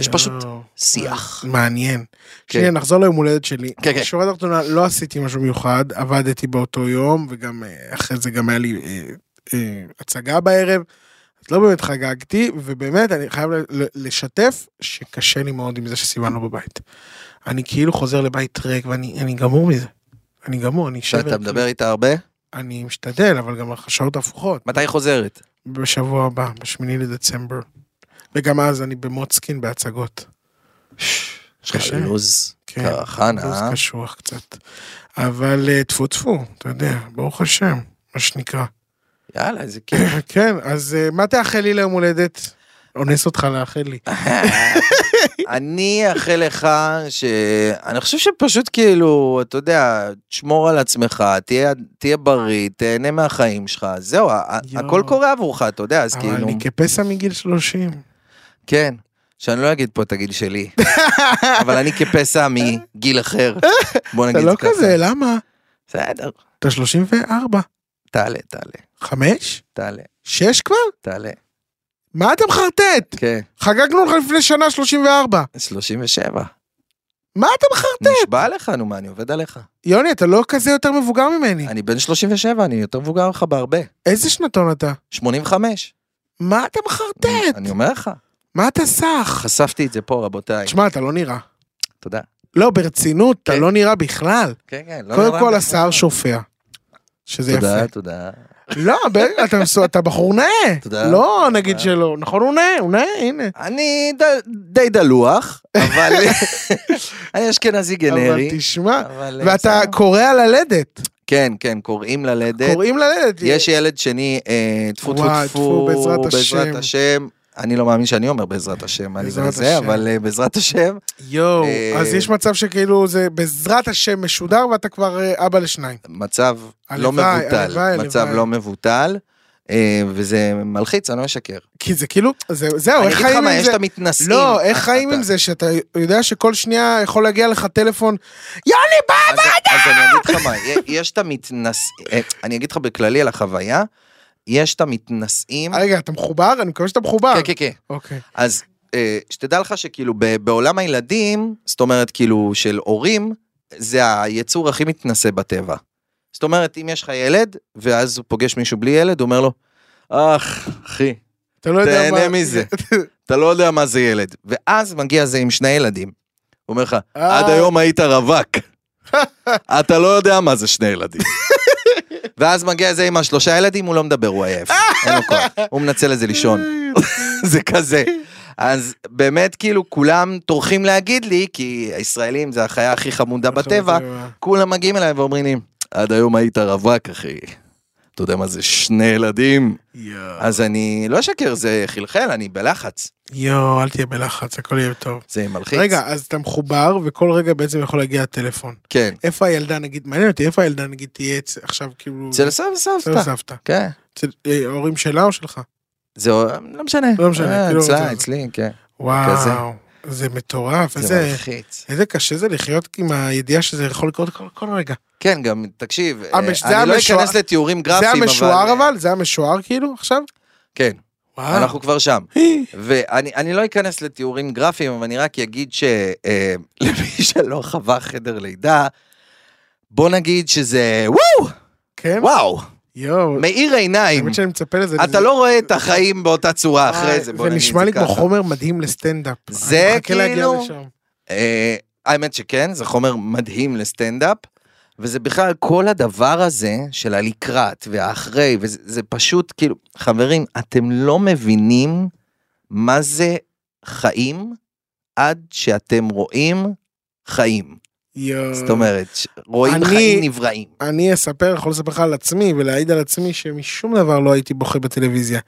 C: יש פשוט שיח.
E: מעניין. שנייה, נחזור ליום הולדת שלי.
C: כן, כן.
E: שורה תחתונה, לא עשיתי משהו מיוחד, עבדתי באותו יום, וגם אה, אחרי זה גם היה לי אה, אה, הצגה בערב. אז לא באמת חגגתי, ובאמת, אני חייב ל- ל- לשתף שקשה לי מאוד עם זה שסיוון לא בבית. אני כאילו חוזר לבית ריק, ואני אני גמור מזה. אני גמור, אני שבר.
C: שאתה מדבר איתה הרבה?
E: אני משתדל, אבל גם השעות הפוכות.
C: מתי היא חוזרת?
E: בשבוע הבא, בשמיני לדצמבר. וגם אז אני במוצקין בהצגות.
C: יש לך
E: קשה.
C: לוז
E: כן.
C: קרחן,
E: לו"ז
C: אה?
E: קשוח קצת. אבל אה, טפו טפו, אתה יודע, ברוך השם, מה שנקרא.
C: יאללה, איזה כיף.
E: כן, אז אה, מה תאחל לי ליום הולדת? אונס אותך לאחל לי.
C: (laughs) אני אאחל לך ש... אני חושב שפשוט כאילו, אתה יודע, תשמור על עצמך, תהיה, תהיה בריא, תהנה מהחיים שלך, זהו, ה- ה-
E: יואו.
C: הכל קורה עבורך, אתה יודע, אז
E: אבל
C: כאילו...
E: אני כפסע מגיל 30.
C: כן. שאני לא אגיד פה את הגיל
E: (laughs)
C: שלי, אבל אני כפסע מגיל אחר, בוא נגיד
E: אתה
C: ככה.
E: לא כזה, למה?
C: בסדר,
E: אתה 34.
C: תעלה, תעלה,
E: 5?
C: תעלה,
E: 6 כבר?
C: תעלה,
E: מה אתה מחרטט?
C: כן.
E: חגגנו לך לפני שנה 34.
C: 37.
E: מה אתה מחרטט?
C: נשבע לך, נו מה, אני עובד עליך.
E: יוני, אתה לא כזה יותר מבוגר ממני.
C: אני בן 37, אני יותר מבוגר ממך בהרבה.
E: איזה שנתון אתה?
C: 85.
E: מה אתה מחרטט?
C: אני אומר לך,
E: מה אתה סח?
C: חשפתי את זה פה, רבותיי.
E: תשמע, אתה לא נראה.
C: תודה.
E: לא, ברצינות, אתה
C: כן.
E: לא נראה בכלל.
C: כן, כן, לא
E: קודם
C: נורא
E: כל,
C: בכלל.
E: השיער שופע. שזה
C: תודה,
E: יפה.
C: תודה.
E: לא, ב- אתה מסו- אתה בחור נאה.
C: תודה.
E: לא, נגיד
C: תודה.
E: שלא. נכון, הוא נאה, הוא נאה, הנה.
C: אני ד- די דלוח, (laughs) אבל אני אשכנזי גנרי.
E: אבל תשמע,
C: כן, אבל, אה,
E: ואתה
C: בסדר.
E: קורא על הלדת.
C: כן, כן, קוראים ללדת.
E: קוראים ללדת.
C: יש ילד שני, אה, טפו טפו
E: וואי,
C: טפו,
E: טפו, בעזרת
C: בעזרת
E: השם.
C: השם. אני לא מאמין שאני אומר בעזרת השם, אני
E: בעזרת
C: זה,
E: השם.
C: אבל אה, בעזרת השם.
E: יואו,
C: אה,
E: אז יש מצב שכאילו זה בעזרת השם משודר ואתה כבר אה, אבא לשניים.
C: מצב
E: הלוואי,
C: לא מבוטל,
E: הלוואי,
C: מצב
E: הלוואי.
C: לא מבוטל, אה, וזה מלחיץ, אני לא משקר.
E: כי זה כאילו, זה- זהו,
C: אני
E: איך
C: אגיד לך
E: חיים
C: מה,
E: עם
C: יש
E: זה?
C: את המתנשאים.
E: לא, איך
C: אתה-
E: חיים עם
C: אתה-
E: זה שאתה יודע שכל שנייה יכול להגיע לך טלפון, יוני בא!
C: אז אז אני אגיד לך מה, י- יש את המתנשאים, אה, אני אגיד לך בכללי על החוויה, יש את המתנשאים.
E: אה, רגע, אתה מחובר? אני מקווה שאתה מחובר.
C: כן, כן, כן.
E: אוקיי.
C: אז אה, שתדע לך שכאילו ב- בעולם הילדים, זאת אומרת כאילו של הורים, זה היצור הכי מתנשא בטבע. זאת אומרת, אם יש לך ילד, ואז הוא פוגש מישהו בלי ילד, הוא אומר לו, אח, אחי,
E: אתה לא יודע מה...
C: תהנה
E: (laughs)
C: מזה. אתה לא יודע מה זה ילד. ואז מגיע זה עם שני ילדים. הוא אומר לך,
E: אה.
C: עד היום היית
E: (laughs)
C: רווק. אתה לא יודע מה זה שני ילדים. ואז מגיע זה עם השלושה ילדים, הוא לא מדבר, הוא עייף.
E: (laughs)
C: אין לו כוח. הוא מנצל את זה לישון. זה כזה. אז באמת, כאילו, כולם טורחים להגיד לי, כי הישראלים זה החיה הכי חמודה
E: לא
C: בטבע, כולם מגיעים אליי ואומרים לי, עד היום היית רווק, אחי. אתה יודע מה זה שני ילדים?
E: יואו.
C: אז אני לא אשקר, זה חלחל, אני בלחץ.
E: יואו, אל תהיה בלחץ, הכל יהיה טוב.
C: זה מלחיץ.
E: רגע, אז אתה מחובר, וכל רגע בעצם יכול להגיע הטלפון.
C: כן.
E: איפה הילדה, נגיד, מעניין אותי, איפה הילדה, נגיד, תהיה אצ- עכשיו, כאילו...
C: אצל סבא
E: אצל
C: וסבתא.
E: סבתא.
C: כן.
E: אצל אה, ההורים שלה או שלך?
C: זה לא משנה.
E: לא משנה,
C: אה,
E: כאילו,
C: אצלה,
E: זה-
C: אצלי, כן.
E: וואו, זה מטורף,
C: זה
E: איזה...
C: מלחיץ.
E: איזה קשה זה לחיות עם הידיעה שזה יכול לקרות כל, כל רגע.
C: כן, גם, תקשיב, אה,
E: המש- זה
C: אני לא
E: המשוער-
C: אכנס לתיאורים
E: זה
C: גרפיים, אבל...
E: המשוער אבל? אה. זה המשוער כאילו עכשיו?
C: כן,
E: וואו.
C: אנחנו כבר שם. ואני אני לא אכנס לתיאורים גרפיים, אבל אני רק אגיד שלמי (laughs) שלא חווה חדר לידה, בוא נגיד שזה וואו,
E: (gasps) כן?
C: וואו,
E: יואו.
C: מאיר עיניים.
E: האמת שאני מצפה לזה.
C: אתה לא רואה את החיים באותה צורה אחרי זה, בוא
E: זה
C: נגיד את זה ככה.
E: נשמע לי כמו חומר מדהים לסטנדאפ.
C: זה
E: אני מחכה להגיע
C: כאילו-
E: לשם.
C: אה, האמת שכן, זה חומר מדהים לסטנדאפ, וזה בכלל כל הדבר הזה של הלקראת והאחרי, וזה זה פשוט כאילו, חברים, אתם לא מבינים מה זה חיים עד שאתם רואים חיים.
E: יואו.
C: זאת אומרת, ש- רואים
E: אני-
C: חיים נבראים.
E: אני אספר, יכול לספר לך על עצמי ולהעיד על עצמי שמשום דבר לא הייתי בוכה בטלוויזיה.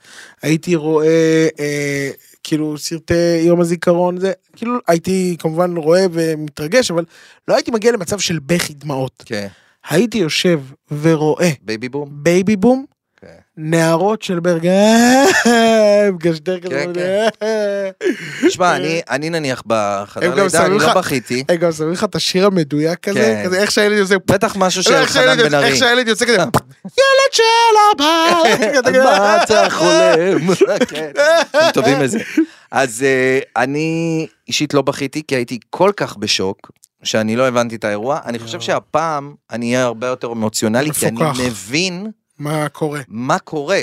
E: הייתי רואה אה, כאילו סרטי יום הזיכרון, זה כאילו הייתי כמובן רואה ומתרגש, אבל לא הייתי מגיע למצב של בכי דמעות.
C: כן,
E: הייתי יושב ורואה
C: בייבי בום.
E: בייבי בום,
C: כן.
E: נערות של ברגן, גשדר
C: כן,
E: כזה, לא
C: תשמע, אני- אני נניח בחדר
E: הם גם
C: לידה,
E: שמים
C: אני לא
E: לך-
C: בכיתי.
E: הם גם שמים לך את השיר המדויק כזה,
C: כן.
E: כזה איך שהילד יוצא,
C: בטח משהו
E: לא,
C: של
E: איך שהילד
C: חנן בן
E: יוצא-
C: ארי.
E: איך שהילד יוצא כזה, ילד של
C: (laughs)
E: הבית, אה,
C: אז מה אתה חולם? כן, הם טובים בזה. אז אה, אני אישית לא בכיתי, כי הייתי כל כך בשוק, שאני לא הבנתי את האירוע. אני חושב שהפעם אני אהיה הרבה יותר אמוציונלי, כי אני
E: מפוקח.
C: מבין
E: מה קורה?
C: מה קורה?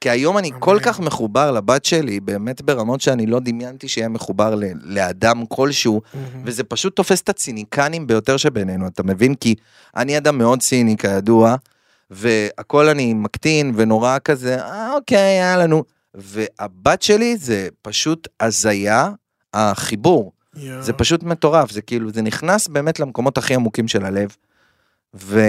C: כי היום אני
E: אמן.
C: כל כך מחובר לבת שלי, באמת ברמות שאני לא דמיינתי שיהיה מחובר ל- לאדם כלשהו, וזה פשוט תופס את הציניקנים ביותר שבינינו, אתה מבין? כי אני אדם מאוד ציני, כידוע, והכל אני מקטין ונורא כזה, אה, אוקיי, היה לנו. והבת שלי זה פשוט הזיה, החיבור.
E: יואו.
C: זה פשוט מטורף, זה כאילו, זה נכנס באמת למקומות הכי עמוקים של הלב. ואתה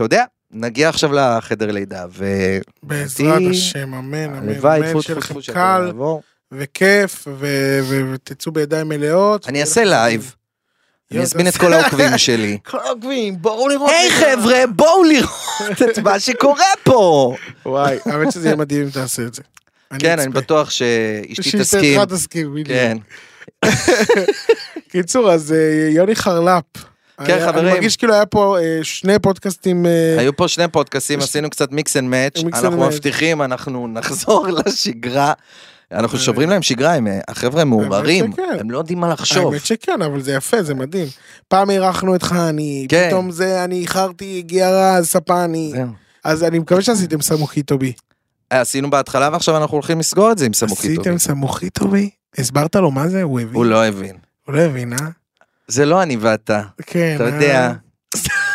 C: יודע, נגיע עכשיו לחדר לידה, והלוואי
E: בעזרת
C: אותי-
E: השם, אמן, אמן, אמן,
C: טפו,
E: שיהיה
C: טפו,
E: לכם
C: טפו, שהכל
E: קל
C: יעבור.
E: וכיף, ו- ו- ותצאו בידיים מלאות.
C: אני אעשה לייב, אני אזמין את כל העוקבים שלי.
E: כל העוקבים, בואו לראות.
C: היי
E: את זה.
C: חבר'ה, בואו לראות את מה שקורה פה.
E: וואי, (laughs) האמת שזה יהיה מדהים אם תעשה את זה.
C: כן,
E: אצפה.
C: אני בטוח שאשתי תסכים.
E: שאשתך תסכים, בדיוק.
C: כן.
E: קיצור, אז אה, יוני חרלפ. היה- אני
C: כן, חברים.
E: מרגיש כאילו היה פה אה, שני פודקאסטים. אה,
C: היו פה שני פודקאסים,
E: יש-
C: עשינו קצת מיקס אנד מאץ',
E: Mix and
C: אנחנו
E: match.
C: מבטיחים, אנחנו נחזור (laughs) לשגרה. אנחנו
E: אה.
C: שוברים להם שגרה, הם, אה, החבר'ה הם מעורערים,
E: שכן.
C: הם לא יודעים מה לחשוב.
E: האמת שכן, אבל זה יפה, זה מדהים. פעם אירחנו את חני,
C: כן.
E: פתאום זה, אני איחרתי, הגיע רז, ספני.
C: זהו. אה,
E: אז אני מקווה שעשיתם סמוכי טובי.
C: עשינו בהתחלה ועכשיו אנחנו הולכים לסגור את זה עם סמוכי טובי.
E: עשיתם סמוכי טובי? הסברת לו מה זה? הוא הבין.
C: הוא לא הבין.
E: הוא לא הבין, אה?
C: זה לא אני ואתה,
E: כן.
C: אתה
E: אה?
C: יודע.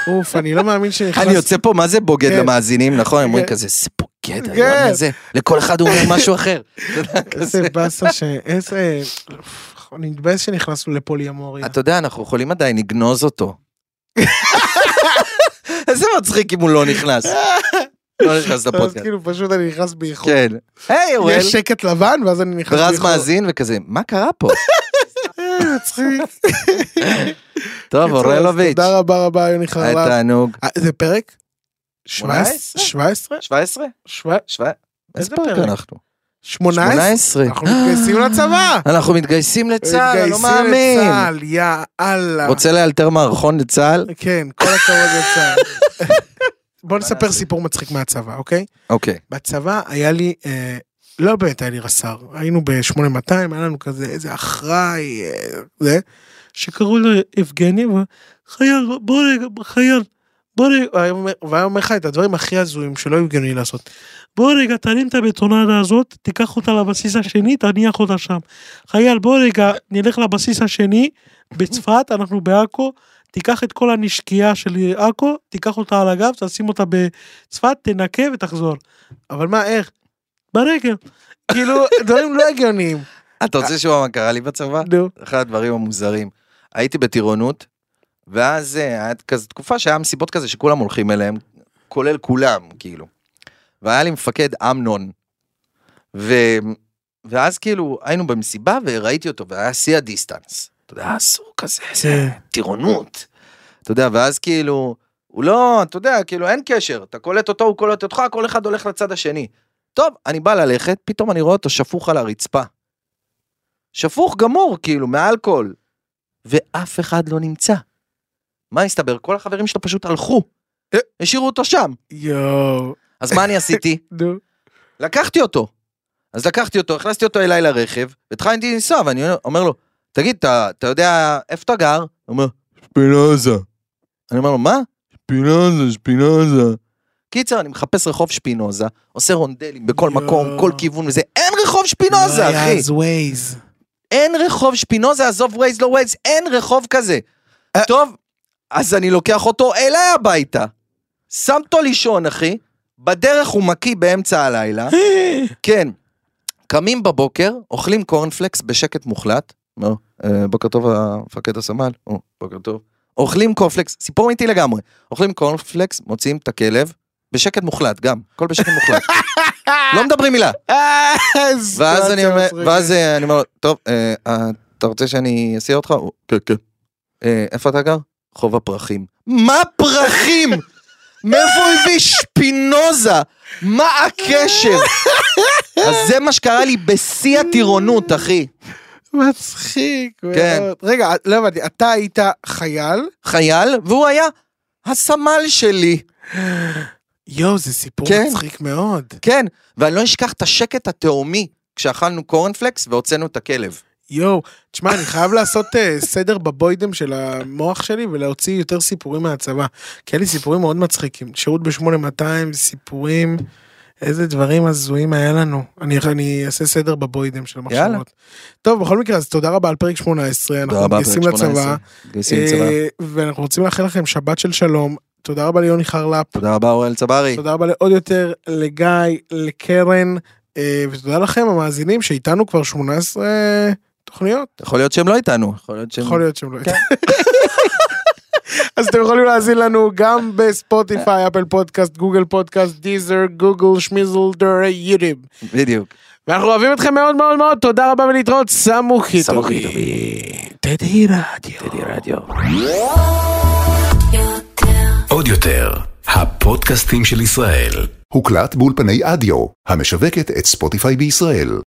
E: אוף, אני לא מאמין
C: (laughs)
E: שנכנס...
C: אני יוצא פה, מה זה בוגד
E: כן.
C: למאזינים, נכון? הם אומרים
E: כן.
C: כזה, זה בוגד, אני
E: כן.
C: לא יודע זה. לכל אחד הוא אומר משהו
E: (laughs)
C: אחר. אתה יודע, כזה.
E: איזה באסה ש... איזה... אוף, אני מתבאס שנכנסנו לפולי אמוריה.
C: אתה יודע, אנחנו יכולים עדיין לגנוז אותו. (laughs) איזה מצחיק אם הוא לא
E: (laughs)
C: נכנס. לא נכנס
E: אז
C: לפודקאסט.
E: כאילו פשוט אני נכנס באיחור.
C: כן. היי, אוראל.
E: אוקיי. יש שקט לבן ואז אני נכנס
C: ורז מאזין וכזה, מה קרה
E: (laughs)
C: פה?
E: אה, מצחיק.
C: טוב,
E: קיצור, אז
C: אורלוביץ',
E: תודה רבה רבה יוני
C: היה
E: חרלב.
C: תענוג.
E: אה, זה פרק?
C: 18?
E: 17?
C: 17?
E: 17?
C: 17?
E: איזה
C: איזה פרק
E: פרק?
C: אנחנו?
E: 18?
C: 18.
E: אנחנו מתגייסים לצבא!
C: (gasps) אנחנו מתגייסים לצה"ל, אני לא
E: מתגייסים
C: מאמין.
E: לצה"ל, יא אללה.
C: רוצה לאלתר מערכון לצה"ל?
E: כן, כל הכבוד
C: (laughs)
E: לצה"ל. בוא נספר סיפור מצחיק מהצבא, אוקיי?
C: אוקיי.
E: בצבא היה לי, אה, לא באמת היה לי רס"ר, היינו ב-8200, היה לנו כזה איזה אחראי, אה, זה, שקראו לו יבגני, והוא, חייל, בוא רגע, חייל, בוא רגע, הוא היה אומר- והיה אומר לך את הדברים הכי הזויים שלא הגיוני לעשות. בוא רגע, תרים את הבטונדה הזאת, תיקח אותה לבסיס השני, תניח אותה שם. חייל, בוא רגע, נלך לבסיס השני, בצפת, אנחנו בעכו, תיקח את כל הנשקייה של עכו, תיקח אותה על הגב, תשים אותה בצפת, תנקה ותחזור. אבל מה, איך? ברגל. כאילו, דברים לא הגיוניים.
C: אתה רוצה לשמוע מה קרה לי בצבא?
E: נו.
C: אחד הדברים המוזרים. הייתי בטירונות, ואז אה, היה כזה תקופה שהיה מסיבות כזה שכולם הולכים אליהם, כולל כולם, כאילו. והיה לי מפקד אמנון. ו... ואז כאילו היינו במסיבה וראיתי אותו, והיה שיא הדיסטנס. אתה יודע, אסור כזה, זה טירונות. אתה יודע, ואז כאילו, הוא לא, אתה יודע, כאילו אין קשר, אתה קולט אותו, הוא קולט אותך, כל אחד הולך לצד השני. טוב, אני בא ללכת, פתאום אני רואה אותו שפוך על הרצפה. שפוך גמור, כאילו, מאלכוהול. ואף אחד לא נמצא. מה הסתבר? כל החברים שלו פשוט הלכו. השאירו אותו שם.
E: יואו.
C: אז מה אני עשיתי?
E: נו.
C: לקחתי אותו. אז לקחתי אותו, הכנסתי אותו אליי לרכב, והתחלתי לנסוע, ואני אומר לו, תגיד, אתה, אתה יודע איפה אתה גר? הוא אומר, שפינוזה. אני אומר לו, מה? שפינוזה, שפינוזה. קיצר, אני מחפש רחוב שפינוזה, עושה רונדלים בכל
E: יואו. לא
C: מקום, כל כיוון וזה, אין רחוב שפינוזה, אחי.
E: אז ווייז.
C: אין רחוב שפינוזה, עזוב ווייז, לא ווייז, אין רחוב כזה. טוב, אז אני לוקח אותו אליי הביתה. שם אותו לישון, אחי, בדרך הוא מקיא באמצע הלילה. כן. קמים בבוקר, אוכלים קורנפלקס בשקט מוחלט. נו, אה, בוקר טוב, המפקד הסמל. או, בוקר טוב. אוכלים קורנפלקס, סיפור אמיתי לגמרי. אוכלים קורנפלקס, מוציאים את הכלב, בשקט מוחלט גם, הכל בשקט מוחלט. לא מדברים מילה.
D: אה,
C: ואז אני אומר, ואז אה, אני אומר לו, טוב, אה, אה, אתה רוצה שאני אסיע אותך? הוא, כן, כן. "אה, איפה אתה גר? חוב הפרחים. מה (laughs) פרחים? מאיפה הוא הביא שפינוזה? מה הקשר? אז זה מה שקרה לי בשיא הטירונות, אחי.
E: מצחיק. מאוד.
C: כן.
E: רגע, לא הבנתי, אתה היית חייל?
C: חייל, והוא היה הסמל שלי.
E: יואו, זה סיפור
C: כן.
E: מצחיק מאוד.
C: כן, ואני לא אשכח את השקט התהומי כשאכלנו קורנפלקס והוצאנו את הכלב.
E: יואו, תשמע, אני חייב לעשות אה, סדר בבוידם של המוח שלי ולהוציא יותר סיפורים מהצבא. כי היה לי סיפורים מאוד מצחיקים. שירות ב-8200, סיפורים, איזה דברים הזויים היה לנו. אני, אני אעשה סדר בבוידם של המחשבות.
C: יאללה.
E: טוב, בכל מקרה, אז תודה רבה על פרק 18, אנחנו
C: תודה רבה,
E: מתגייסים
C: פרק
E: לצבא,
C: 18. מתגייסים לצבא.
E: אה, ואנחנו רוצים לאחל לכם שבת של שלום. תודה רבה ליוני חרלפ.
C: תודה רבה אוראל צברי.
E: תודה רבה לעוד יותר לגיא, לקרן, אה, ותודה לכם המאזינים שאיתנו כבר 18 תוכניות.
C: יכול להיות שהם לא איתנו. יכול להיות שהם...
E: יכול להיות שהם לא איתנו. (laughs) אז אתם יכולים להאזין לנו גם בספוטיפיי, אפל פודקאסט, גוגל פודקאסט, דיזר, גוגל, שמיזל, דרי, יוטיוב.
C: בדיוק.
E: ואנחנו אוהבים אתכם מאוד מאוד מאוד, תודה רבה ולהתראות, סמו
B: סמו
E: חיטובי.
B: חיטובי.
E: תדעי רדיו.
B: תדעי רדיו.
A: עוד יותר, הפודקאסטים של ישראל.
F: הוקלט באולפני אדיו, המשווקת את ספוטיפיי בישראל.